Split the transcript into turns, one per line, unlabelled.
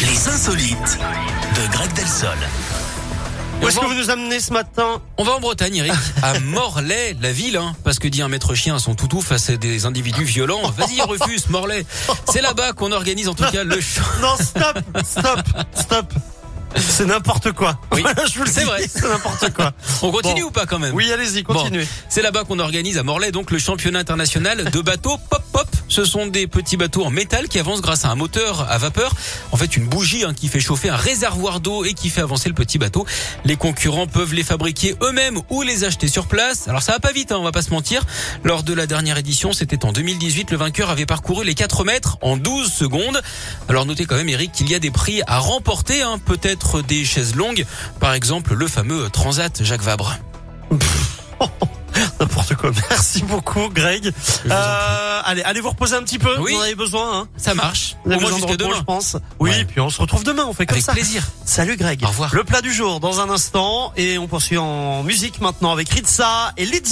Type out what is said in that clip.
Les insolites de Greg Delsol.
Où
Et on
est-ce que
va-
vous nous amenez ce matin
On va en Bretagne, Eric, à Morlaix, la ville, hein, parce que dit un maître chien à son toutou face à des individus violents. Vas-y, refuse, Morlaix. C'est là-bas qu'on organise en tout cas le ch-
Non, stop, stop, stop. C'est n'importe quoi.
Oui,
Voilà, je vous le
c'est
dis,
vrai.
C'est n'importe quoi.
On continue
Bon.
ou pas quand même
Oui, allez-y,
Bon.
continuez.
C'est là-bas qu'on organise à Morlaix donc le championnat international de bateaux pop pop. Ce sont des petits bateaux en métal qui avancent grâce à un moteur à vapeur, en fait une bougie hein, qui fait chauffer un réservoir d'eau et qui fait avancer le petit bateau. Les concurrents peuvent les fabriquer eux-mêmes ou les acheter sur place. Alors ça va pas vite, hein, on va pas se mentir. Lors de la dernière édition, c'était en 2018, le vainqueur avait parcouru les 4 mètres en 12 secondes. Alors notez quand même Eric qu'il y a des prix à remporter, hein, peut-être des chaises longues, par exemple le fameux Transat Jacques Vabre.
N'importe quoi. Merci beaucoup, Greg.
Je vous en
Euh, allez, allez vous reposer un petit peu.
Oui.
Vous en avez besoin, hein.
Ça marche.
Vous
Au
avez
moins
besoin de
jusqu'à
repos,
demain.
je pense. Oui,
Ouais.
puis on se retrouve demain, on fait comme
Avec
ça.
plaisir.
Salut Greg.
Au revoir.
Le plat du jour dans un instant et on poursuit en musique maintenant avec Ritza et Lizzo.